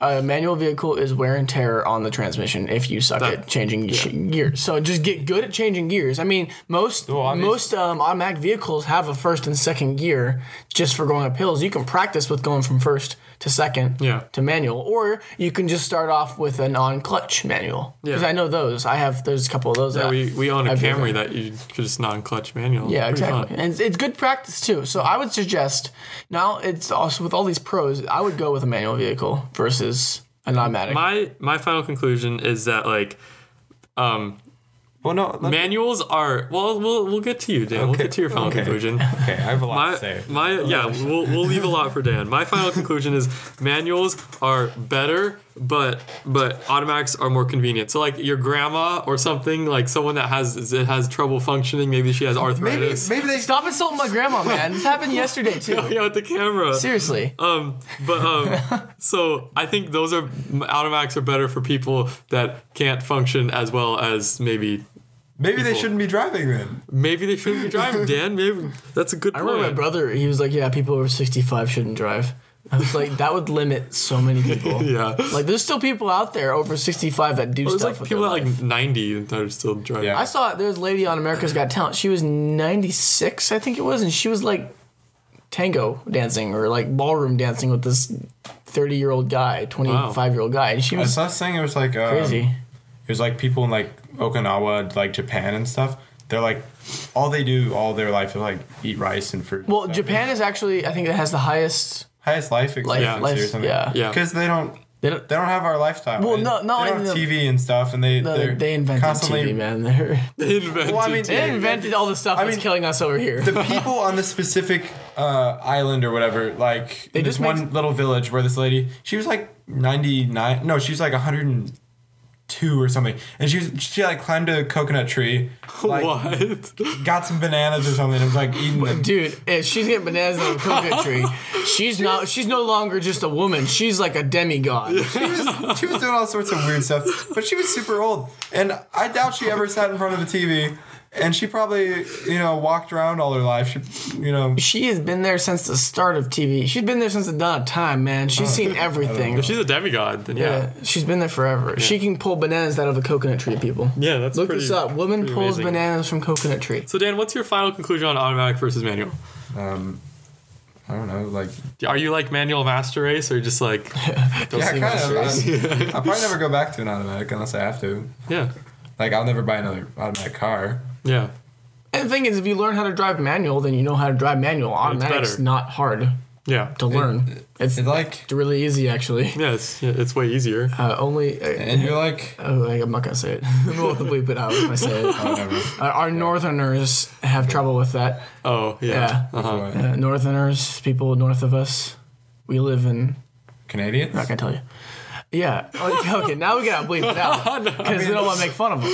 a manual vehicle is wear and tear on the transmission if you suck That- at changing ge- gears. So just get good at changing gears. I mean, most obvious- most um, automatic vehicles have a first and second gear just for going up hills. You can practice with going from first to second Yeah. to manual, or you can just start off with an on clutch manual. Because Yeah. I know those. I have there's a couple of those. that we we own a I've driven. Camry that you could just non-clutch manual. Yeah, Pretty fun. exactly. And it's, it's good practice too. So I would suggest now it's also with all these pros, I would go with a manual vehicle versus an automatic. My my final conclusion is that like um Well, no. Let manuals are well we'll we'll get to you Dan. We'll Okay. get to your final Okay. <laughs> conclusion. okay, I have a lot to My, say. my yeah, we'll, we'll leave a lot for Dan. My final conclusion is manuals are better but but automatics are more convenient. So like your grandma or something like someone that has that has trouble functioning, maybe she has Maybe arthritis. <laughs> maybe they Stop insulting my grandma, man. This happened yesterday too. yeah, with the camera. Seriously. Um, but <laughs> um, so I think those are automatics are better for people that can't function as well as maybe maybe they people. shouldn't be driving then. maybe they shouldn't be <laughs> driving. Dan, maybe that's a good I point. remember my brother. He was like, "Yeah, people over sixty-five shouldn't drive." I was like, "That would limit so many people." <laughs> Yeah. Like, there's still people out there over sixty-five that do There's stuff. like with people their that like life. 90 that are still driving. Yeah. I saw there's a lady on America's Got Talent. She was 96, I think it was, and she was like tango dancing or like ballroom dancing with this 30 year old guy, 25 year old guy, and she I was saw this thing. It was like um, crazy. It was like people in like Okinawa, like Japan and stuff. They're like, all they do all their life is like eat rice and fruit. Well, Japan is actually I think it has the highest. highest life Life- expectancy life- or something. yeah. Yeah. Because they don't They don't. they don't have our lifestyle. Well, They- no- not they only don't have the- TV and stuff, and they No, they, they're they invented constantly. TV, man. They're, <laughs> They invented Well, I mean, it. they invented all the stuff I that's mean, killing us over here. The people on this specific uh, island or whatever, like They this just one make- little village where this lady, she was like ninety nine, no, she was like one hundred and two or something, and she was she like climbed a <laughs> coconut tree, <laughs> like what? got some bananas or something, and was like eating them. <laughs> Dude, if she's getting bananas on a coconut <laughs> tree, she's not. She's no longer just a woman. She's like a demigod. She was, she was doing all sorts of weird stuff, but she was super old, and I doubt she ever sat in front of the TV. And she probably, you know, walked around all her life. She, you know, She has been there since the start of TV. She's been there since the dawn of time, man. Oh, She's seen everything. She's a demigod. Then yeah. Yeah, she's been there forever. She can pull bananas out of a coconut tree, people. Yeah, that's Look pretty- this up. Woman pretty pulls amazing. bananas from coconut tree. So Dan, what's your final conclusion on automatic versus manual? um, I don't know, like Are you like manual master race or just <laughs> like <laughs> yeah, uh, see kind my of. I- I'll probably never go back to an automatic unless I have to. yeah. Like I'll never buy another automatic car. Yeah. And the thing is, if you learn how to drive manual, then you know how to drive manual. Automatic's better. not hard Yeah. to learn. It's <laughs> It's like, really easy, actually. <laughs> Yeah, it's yeah, it's way easier. Uh, only. Uh, and you're <laughs> like, oh, I'm not gonna say it. <laughs> we'll have to bleep it out if I <laughs> say it. oh, never. Uh, our Northerners have trouble with that. Oh yeah. Yeah. Uh-huh. Uh, Northerners, people north of us, we live in Canadians. I can tell you. Yeah. Okay, okay, now we gotta bleep <laughs> it out because we don't want to make fun of them.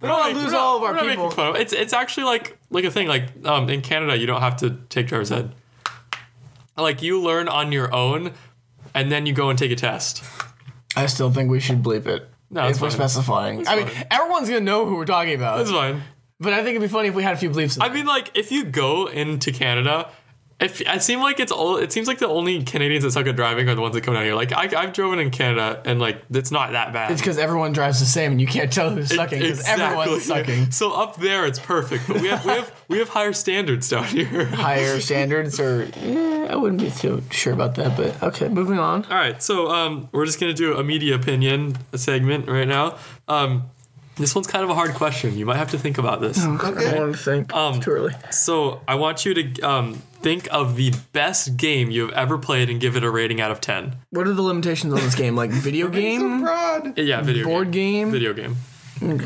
We don't want to lose We're not- all of we're our not making people. fun of- It's it's actually like like a thing. Like um, in Canada, you don't have to take driver's ed. Like you learn on your own, and then you go and take a test. I still think we should bleep it. No, if it's we're fine. specifying. I mean, everyone's gonna know who we're talking about. That's fine. but I think it'd be funny if we had a few bleeps. In I mean, like if you go into Canada. If, it seems like it's all. It seems like the only Canadians that suck at driving are the ones that come down here. Like I, I've driven in Canada, and like it's not that bad. it's because everyone drives the same, and you can't tell who's sucking because <laughs> everyone's Exactly. sucking. So up there, it's perfect, but we have we have we have higher standards down here. Higher standards, or eh, I wouldn't be too sure about that. But okay, moving on. All right, so um, we're just gonna do a media opinion segment right now. Um, this one's kind of a hard question. You might have to think about this. I don't want to think. Um, it's too early. So I want you to um, think of the best game you have ever played and give it a rating out of ten. What are the limitations on this game? Like video game, Abroad. Yeah, video board game. game. Video game.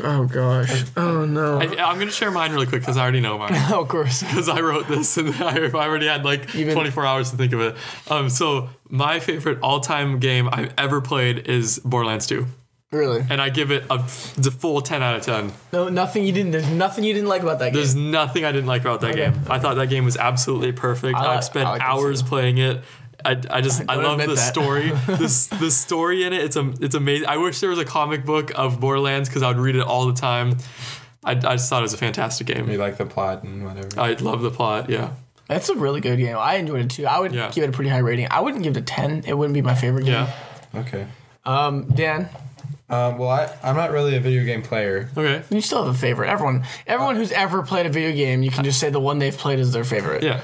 Oh gosh. <laughs> Oh no. I, I'm gonna share mine really quick because I already know mine. <laughs> Oh, of course. because I wrote this and <laughs> I I already had like You've been- 24 hours to think of it. Um, so my favorite all-time game I've ever played is Borderlands 2, Really? and I give it a f- the full 10 out of 10. No, nothing you didn't. There's nothing you didn't like about that There's game. nothing I didn't like about that game. I thought that game was absolutely perfect. I I, like- have spent I like it hours playing it. I, I <laughs> just I, don't love admit the that. <laughs> story. this the story in it. It's a it's amazing. I wish there was a comic book of Borderlands because I would read it all the time. I, I just thought it was a fantastic You game. like the plot and whatever. I love the plot. Yeah. That's a really good game. I enjoyed it too. I would Yeah. give it a pretty high rating. I wouldn't give it a ten. It wouldn't be my favorite game. Yeah. Okay. Um, Dan, Um, well, I, I'm not really a video game player. Okay. you still have a favorite. Everyone, everyone who's ever played a video game, you can just say the one they've played is their favorite. Yeah.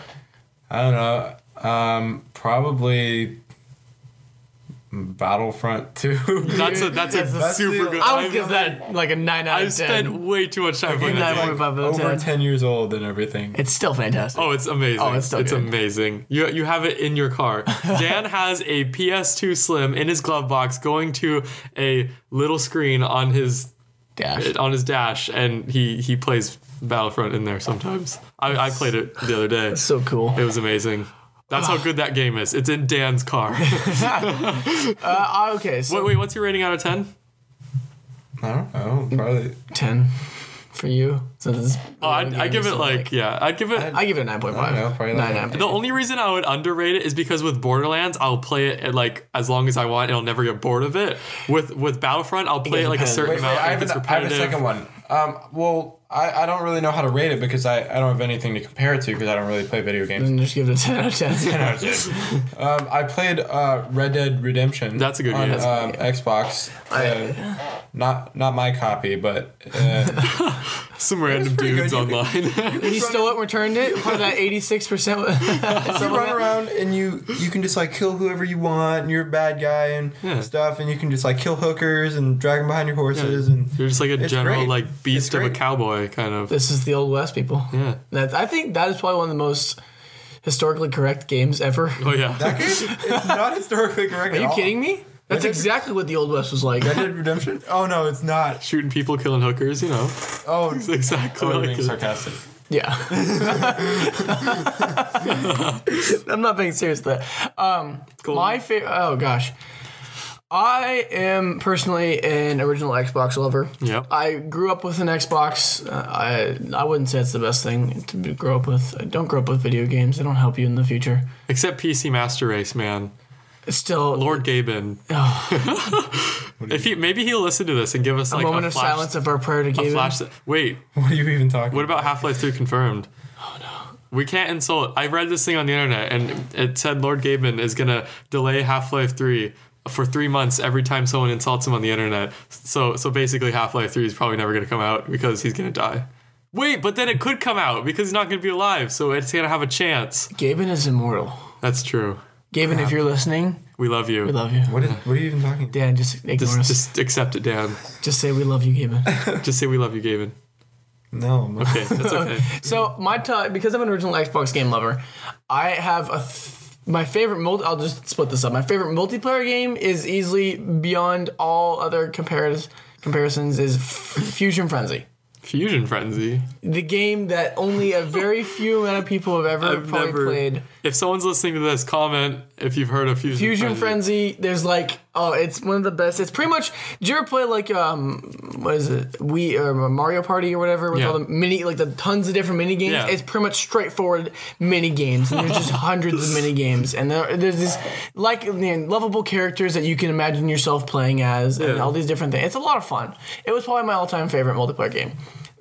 I don't know. Um, probably Battlefront <laughs> 2. <laughs> That's a that's a That's the- super good. I would I've- give that like a nine out I've of spent ten. way too much time playing that Nine game. point five out of Over 10. 10 years old and everything. It's still fantastic. Oh, it's amazing! Oh, it's so good. amazing. You you have it in your <laughs> car. Dan has a PS2 Slim in his glove box, going to a little screen on his Dash. on his dash, and he he plays Battlefront in there sometimes. I, I played it the other day. So cool. It was amazing. That's how good that game is. It's in Dan's <laughs> car. Uh, okay, so wait, wait, what's your rating out of 10? I don't know. Probably. 10 for you. So this is- Oh, I'd, I'd give it like, yeah, I'd give it. I give it a 9.5. I don't know, probably like- Nine, nine. the only reason I would underrate it is because with Borderlands, I'll play it at like as long as I want and I'll never get bored of it. With with Battlefront, I'll play it like a depends. certain Wait, wait, amount if I, have it's an- I have a repetitive. second one. Um. Well, I, I don't really know how to rate it because I, I don't have anything to compare it to because I don't really play video games. <laughs> Then just give it a 10 out of <laughs> 10. Um, I played uh, Red Dead Redemption. That's a good on, game. Um, Xbox. Uh, not not my copy, but uh, Some random dudes good. You <laughs> online. he still returned it for that 86%. you run around and you you can just like kill whoever you want, and you're a bad guy and Yeah. stuff, and you can just like kill hookers and drag them behind your horses and. <laughs> You're just like a It's general great. like beast It's of a great. cowboy kind of. this is the Old West, people. Yeah. That, I think that is probably one of the most historically correct games ever. Oh yeah. it's not historically correct. Are you kidding me? That's exactly what the Old West was like. Red Dead Redemption? Oh no, it's not. <laughs> Shooting people, killing hookers, you know. <laughs> Oh, It's exactly We're like being it. <laughs> sarcastic. Yeah. <laughs> I'm not being serious though. Um, Cool. My favorite. Oh gosh, I am personally an original Xbox lover. Yep. I grew up with an Xbox. Uh, I I wouldn't say it's the best thing to be- grow up with. I don't grow up with video games. They don't help you in the future. Except PC Master Race, man. It's still Lord <sighs> Gaben. if he maybe he'll listen to this and give us a like moment of flash, silence of our prayer to a Gabe. flash. Wait, what are you even talking? what about Half Life Two confirmed? Oh no. We can't insult. I read this thing on the internet and it said Lord Gaben is gonna delay Half Life Three for three months every time someone insults him on the internet. So so basically, Half Life Three is probably never gonna come out because he's gonna die. Wait, but then it could come out because he's not gonna be alive, so it's gonna have a chance. Gaben is immortal. That's true. Gaben, if you're listening, We love you. we love you. What, is, what are you even talking? Dan, just ignore just, us. Just, just accept it, Dan. say we love you, <laughs> Gaben. Just say we love you, Gaben. No. I'm- Okay, <laughs> that's okay. So my t- because I'm an original Xbox game lover, I have a th- my favorite multi. I'll just split this up. My favorite multiplayer game is easily beyond all other comparis- comparisons is F- Fusion Frenzy. Fusion Frenzy. The game that only a very few amount of people have ever I've probably never- played. If someone's listening to this, comment if you've heard of Fusion, Fusion Frenzy. Frenzy, there's like, oh, it's one of the best. It's pretty much. Did you ever play like um, what is it? We or Mario Party or whatever with Yeah. all the mini, like the tons of different mini games. Yeah. It's pretty much straightforward mini games. And there's <laughs> just hundreds of mini games, and there, there's this like you know, lovable characters that you can imagine yourself playing as, and Yeah. all these different things. It's a lot of fun. It was probably my all-time favorite multiplayer game.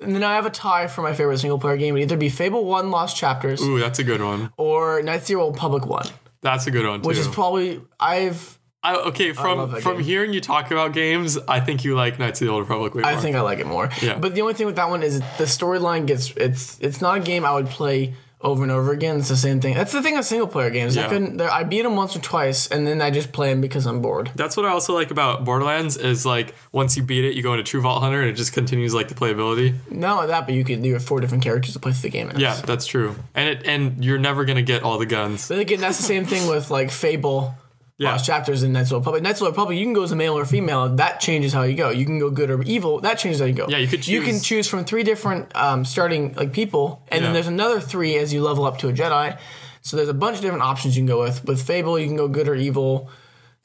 And then I have a tie for my favorite single player game. It'd either be Fable One: Lost Chapters Ooh, that's a good one. or Night Zero: Old Public One, That's a good one too. which is probably I've I, okay, love from that from game. hearing you talk about games, I think you like Knights of the Old Republic way more. I think I like it more. Yeah. But the only thing with that one is the storyline gets it's it's not a game I would play over and over again. It's the same thing. That's the thing with single player games. I Yeah. couldn't. there- I beat them once or twice, and then I just play them because I'm bored. that's what I also like about Borderlands is like once you beat it, you go into True Vault Hunter and it just continues like the playability. Not only that, but you could you have four different characters to play through the game as. Yeah, that's true. And it and you're never gonna get all the guns. But again, that's the same thing with like Fable. Yeah. Lost chapters in Knights of the Old Republic. Knights of the Old Republic, you can go as a male or female. That changes how you go. You can go good or evil. That changes how you go. Yeah, you could You can choose- choose from three different um, starting like people, and Yeah. then there's another three as you level up to a Jedi. So there's a bunch of different options you can go with. With Fable, you can go good or evil.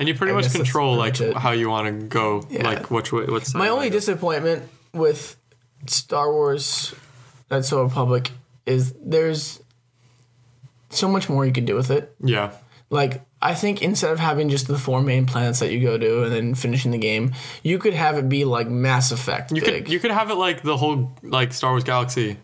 And you pretty I much guess that's control like pretty much it. how you want to go, like which way, what's My only disappointment with Star Wars Knights of the Old Republic is there's so much more you could do with it. yeah. Like I think instead of having just the four main planets that you go to and then finishing the game, you could have it be like Mass Effect. You big. could you could have it like the whole like Star Wars galaxy,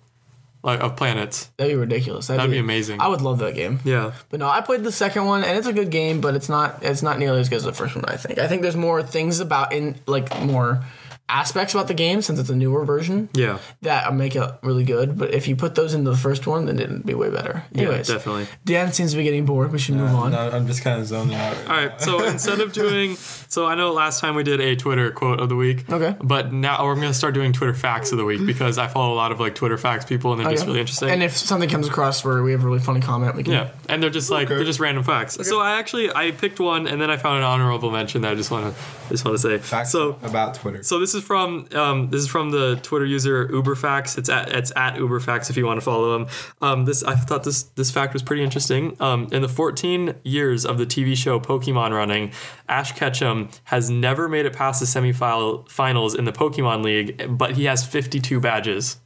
like of planets. That'd be ridiculous. That'd, That'd be amazing. I would love that game. Yeah. But no, I played the second one and it's a good game, but it's not it's not nearly as good as the first one. I think. I think there's more things about in like more aspects about the game since it's a newer version Yeah. that make it really good. But if you put those into the first one, then it'd be way better. Anyways, definitely. Dan seems to be getting bored. We should move <laughs> on. No, I'm just kind of zoning out. All right, so instead of doing, so I know last time we did a Twitter quote of the week. Okay. But now we're gonna start doing Twitter facts of the week because I follow a lot of like Twitter facts people and they're just Okay. really interesting. Oh, And if something comes across where we have a really funny comment, we can yeah, and they're just like they're just random facts. So I actually I picked one and then I found an honorable mention that I just wanna just wanna say. Facts So about Twitter. so this is is from um, this is from the Twitter user Uberfax. It's at it's at Uberfax if you want to follow him. Um, this I thought this this fact was pretty interesting. Um, in the 14 years of the TV show Pokemon running, Ash Ketchum has never made it past the semifinals in the Pokemon League, but he has 52 badges.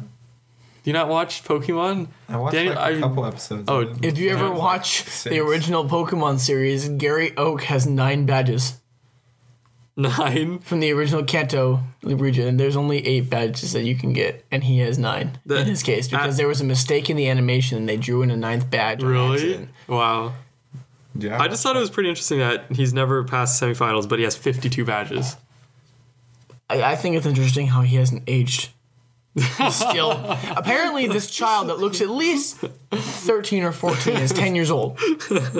Do you not watch Pokemon? I watched Daniel, like a I- couple episodes. Oh, of it. If you ever watch the original Pokemon series, Gary Oak has nine badges <laughs> Nine. from the original Kanto region, and there's only eight badges that you can get, and he has nine The- in his case because uh, there was a mistake in the animation and they drew in a ninth badge. on Really? accident. Wow. yeah. I just thought it was pretty interesting that he's never passed the semifinals, but he has 52 badges. I, I think it's interesting how he hasn't aged. <laughs> He's still apparently this child that looks at least 13 or 14 is 10 years old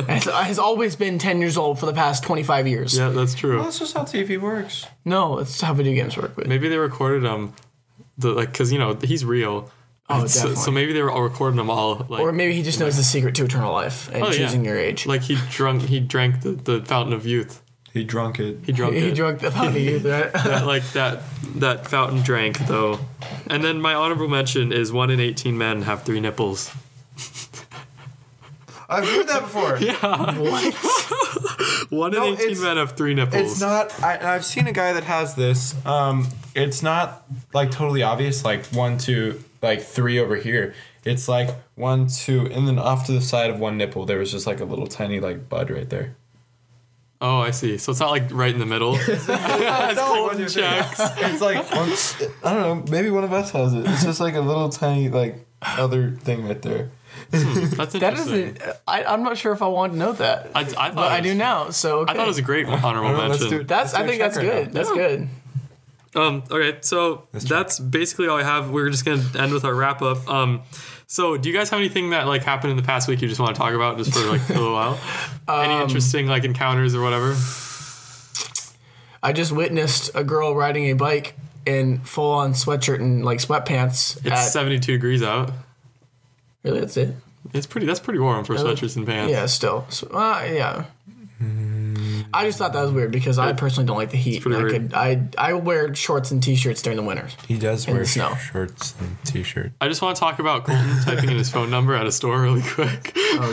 has, has always been 10 years old for the past 25 years Yeah, that's true. That's just how TV works. no that's how video games work but Maybe they recorded him, the like, cause you know he's real. Oh, so, so definitely. maybe they were all recording them all. Like, or maybe he just knows the secret to eternal life and Oh, yeah. choosing your age like he drunk, he drank the, the fountain of youth. He drunk it. He drunk he it. drunk the <laughs> fountain of youth right? That, like that that fountain drank though. And then my honorable mention is one in 18 men have three nipples. I've heard <laughs> that before. One in No, 18 it's- men have three nipples. It's not. I, I've seen a guy that has this. Um, it's not like totally obvious. Like one, two, like three over here. It's like one, two, and then off to the side of one nipple, there was just like a little tiny like bud right there. Oh, I see. So it's not like right in the middle. <laughs> That's Colton checks. It's like <laughs> one, I don't know. Maybe one of us has it. It's just like a little tiny like other thing right there. That's interesting. <laughs> that doesn't I, i'm not sure if i want to know that I, I thought but it i do was- now so I thought it was a great honorable Alright, mention. let's do it. that's i Let's think do a that's check right good now. that's Yeah. good Um, okay, so that's, basically all I have. We're just gonna end with our wrap up. Um, so do you guys have anything that like happened in the past week you just want to talk about just for like a little <laughs> while? Um, Any interesting like encounters or whatever? I just witnessed a girl riding a bike in full on sweatshirt and like sweatpants. It's at, seventy two degrees out. really, that's it. It's pretty. That's pretty warm for sweatshirts and pants. Yeah, still. So, uh, yeah. I just thought that was weird because I personally don't like the heat. pretty I weird. could I I wear shorts and t-shirts during the winter. He does In wear the snow. shorts and t-shirt. I just want to talk about <laughs> Colton typing in his phone number at a store really quick. Oh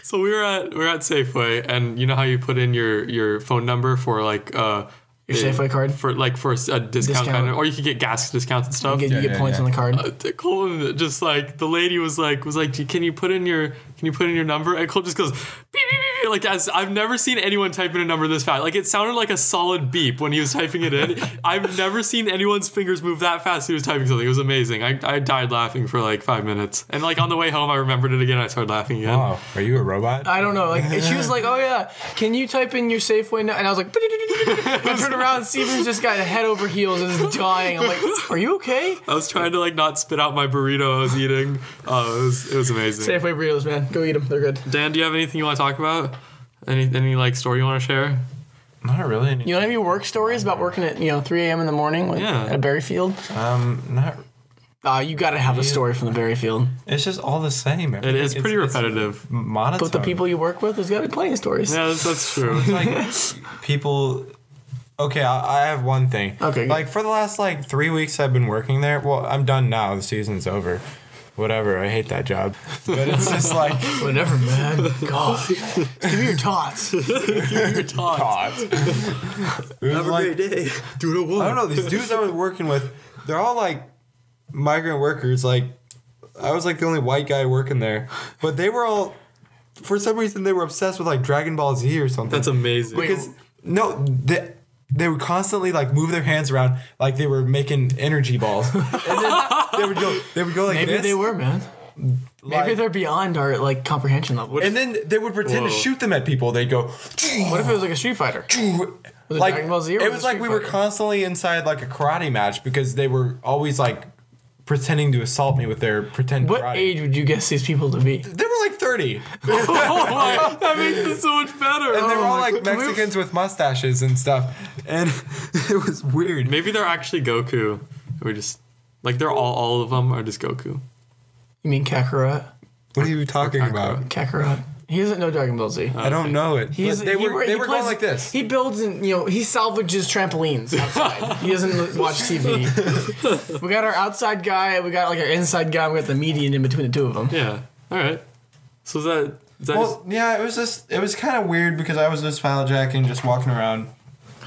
<laughs> So we were at we were at Safeway, and you know how you put in your your phone number for like uh Your a- Safeway card? for like for a s- a discount, Discount. Kind of, or you could get gas discounts and You stuff. get, you get yeah, points yeah. on the card. Uh, Colton just like the lady was like was like can you put in your can you put in your number and Cole just goes beep beep beep, beep like as I've never seen anyone type in a number this fast like it sounded like a solid beep when he was typing it in I've never seen anyone's fingers move that fast when he was typing something it was amazing I, I died laughing for like five minutes and like on the way home I remembered it again I started laughing again Wow, are you a robot? I don't know. Like she was like, "Oh yeah, can you type in your Safeway?" No-? And I was like, <laughs> I turned around, and Steven's just got head over heels and is dying. I'm like, "Are you okay?" I was trying to like not spit out my burrito I was eating oh it was it was amazing Safeway burritos, man, go eat them. They're good. Dan do you have anything you want to talk about any any like story you want to share Not really. You don't have any work stories about working at you know 3 a.m. in the morning with, Yeah. at a berry field? Um, not. Uh, you got to have a story from the berry field. It's just all the same. it is pretty repetitive monotone. But the people you work with, there's got to be plenty of stories. yeah that's, that's true. <laughs> It's like <laughs> people. Okay, I, I have one thing. Okay, good. Like for the last like three weeks, I've been working there. Well, I'm done now. The season's over. Whatever. I hate that job. But it's just like Whatever, man. God, give me your tots. <laughs> hot. <laughs> It was like- <laughs> day. Do it at I don't know. These dudes I was working with, they're all like migrant workers. Like I was like the only white guy working there, but they were all. For some reason, they were obsessed with like Dragon Ball Z or something. That's amazing. <laughs> because no they, they would constantly like move their hands around like they were making energy balls and then they would go they would go like Maybe this they were, man. like- Maybe they're beyond our like comprehension level. and then they would pretend to Whoa. shoot them at people they'd go what if it was like a Street Fighter? Was it like Dragon Ball Z or it was was it like Street we were Fighter? constantly inside like a karate match because they were always like pretending to assault me with their pretend What karate age would you guess these people to be? they were like 30 oh my, that makes it so much better. and they were Oh all my- like Can we- Mexicans with mustaches and stuff and <laughs> it was weird Maybe they're actually Goku. We're just like they're all all of them are just Goku. You mean Kakarot? Uh, what are you talking about Kakarot. He doesn't know Dragon Ball Z. Uh, I don't know it. He's, But they he- were he they were plays- going like this. He builds and you know he salvages trampolines outside. he doesn't l- watch TV. we got our outside guy. We got like our inside guy. We got the median in between the two of them. Yeah. All right. So is that is that Well, yeah, it was just it was kind of weird because I was just jacking, just walking around, and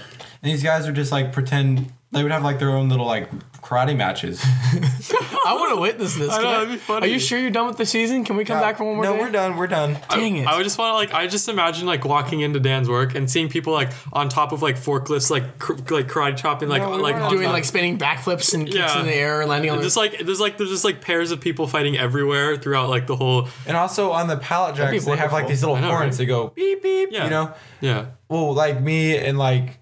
these guys would just like pretend they would have like their own little like karate matches. I want to witness this. I know, Can that'd be funny. Are you sure you're done with the season? Can we come back for one more no, day? we're done. We're done. Dang it! I would just want to like I just imagine like walking into Dan's work and seeing people like on top of like forklifts like cr- like karate chopping like we like weren't on doing top. like spinning backflips and kicks Yeah. in the air, and landing on And the just like there's like there's just like pairs of people fighting everywhere throughout like the whole And also on the pallet be jacks, they have wonderful. like these little I know, horns right? that go beep beep. yeah You know, yeah well, like me and like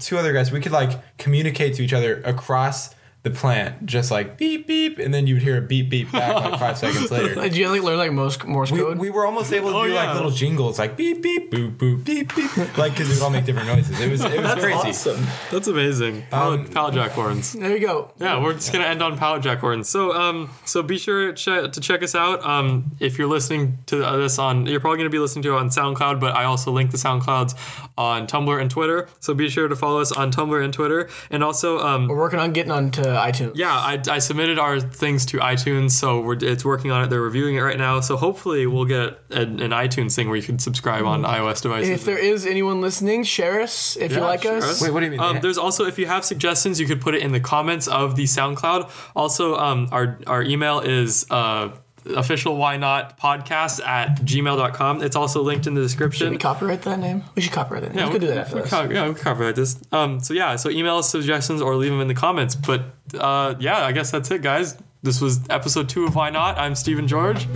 two other guys, we could like communicate to each other across the plant, just like beep beep, and then you'd hear a beep beep back <laughs> like five seconds later. Like, do you like learn like Morse, Morse We, code? we were almost able to Oh, do yeah. like little jingles, like beep beep boop boop beep beep, like because it would all make different noises. It was it was crazy. that's amazing Um, pallet, pallet jack horns there you go. yeah we're just gonna end on pallet jack horns so um so be sure che- to check us out um if you're listening to this on you're probably gonna be listening to it on SoundCloud but I also link the SoundClouds on Tumblr and Twitter so be sure to follow us on Tumblr and Twitter and also um We're working on getting onto iTunes. Yeah, I, I submitted our things to iTunes, so we're, it's working on it. They're reviewing it right now, so hopefully we'll get an, an iTunes thing where you can subscribe on iOS devices. If there is anyone listening, share us if you Yeah, like share us. us. Wait, what do you mean? Um, there's also if you have suggestions, you could put it in the comments of the SoundCloud. Also, um, our our email is uh, official why not podcast at gmail.com. It's also linked in the description. Should we copyright that name? We should copyright that name. we could do that after this. co- yeah, we can copyright this. Um, so yeah, so email us suggestions or leave them in the comments. But uh, yeah, I guess that's it, guys. This was episode two of Why Not. I'm Stephen George.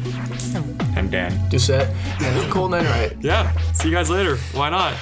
I'm Dan. Doucette, and Cole Nenright. Yeah, see you guys later. Why not?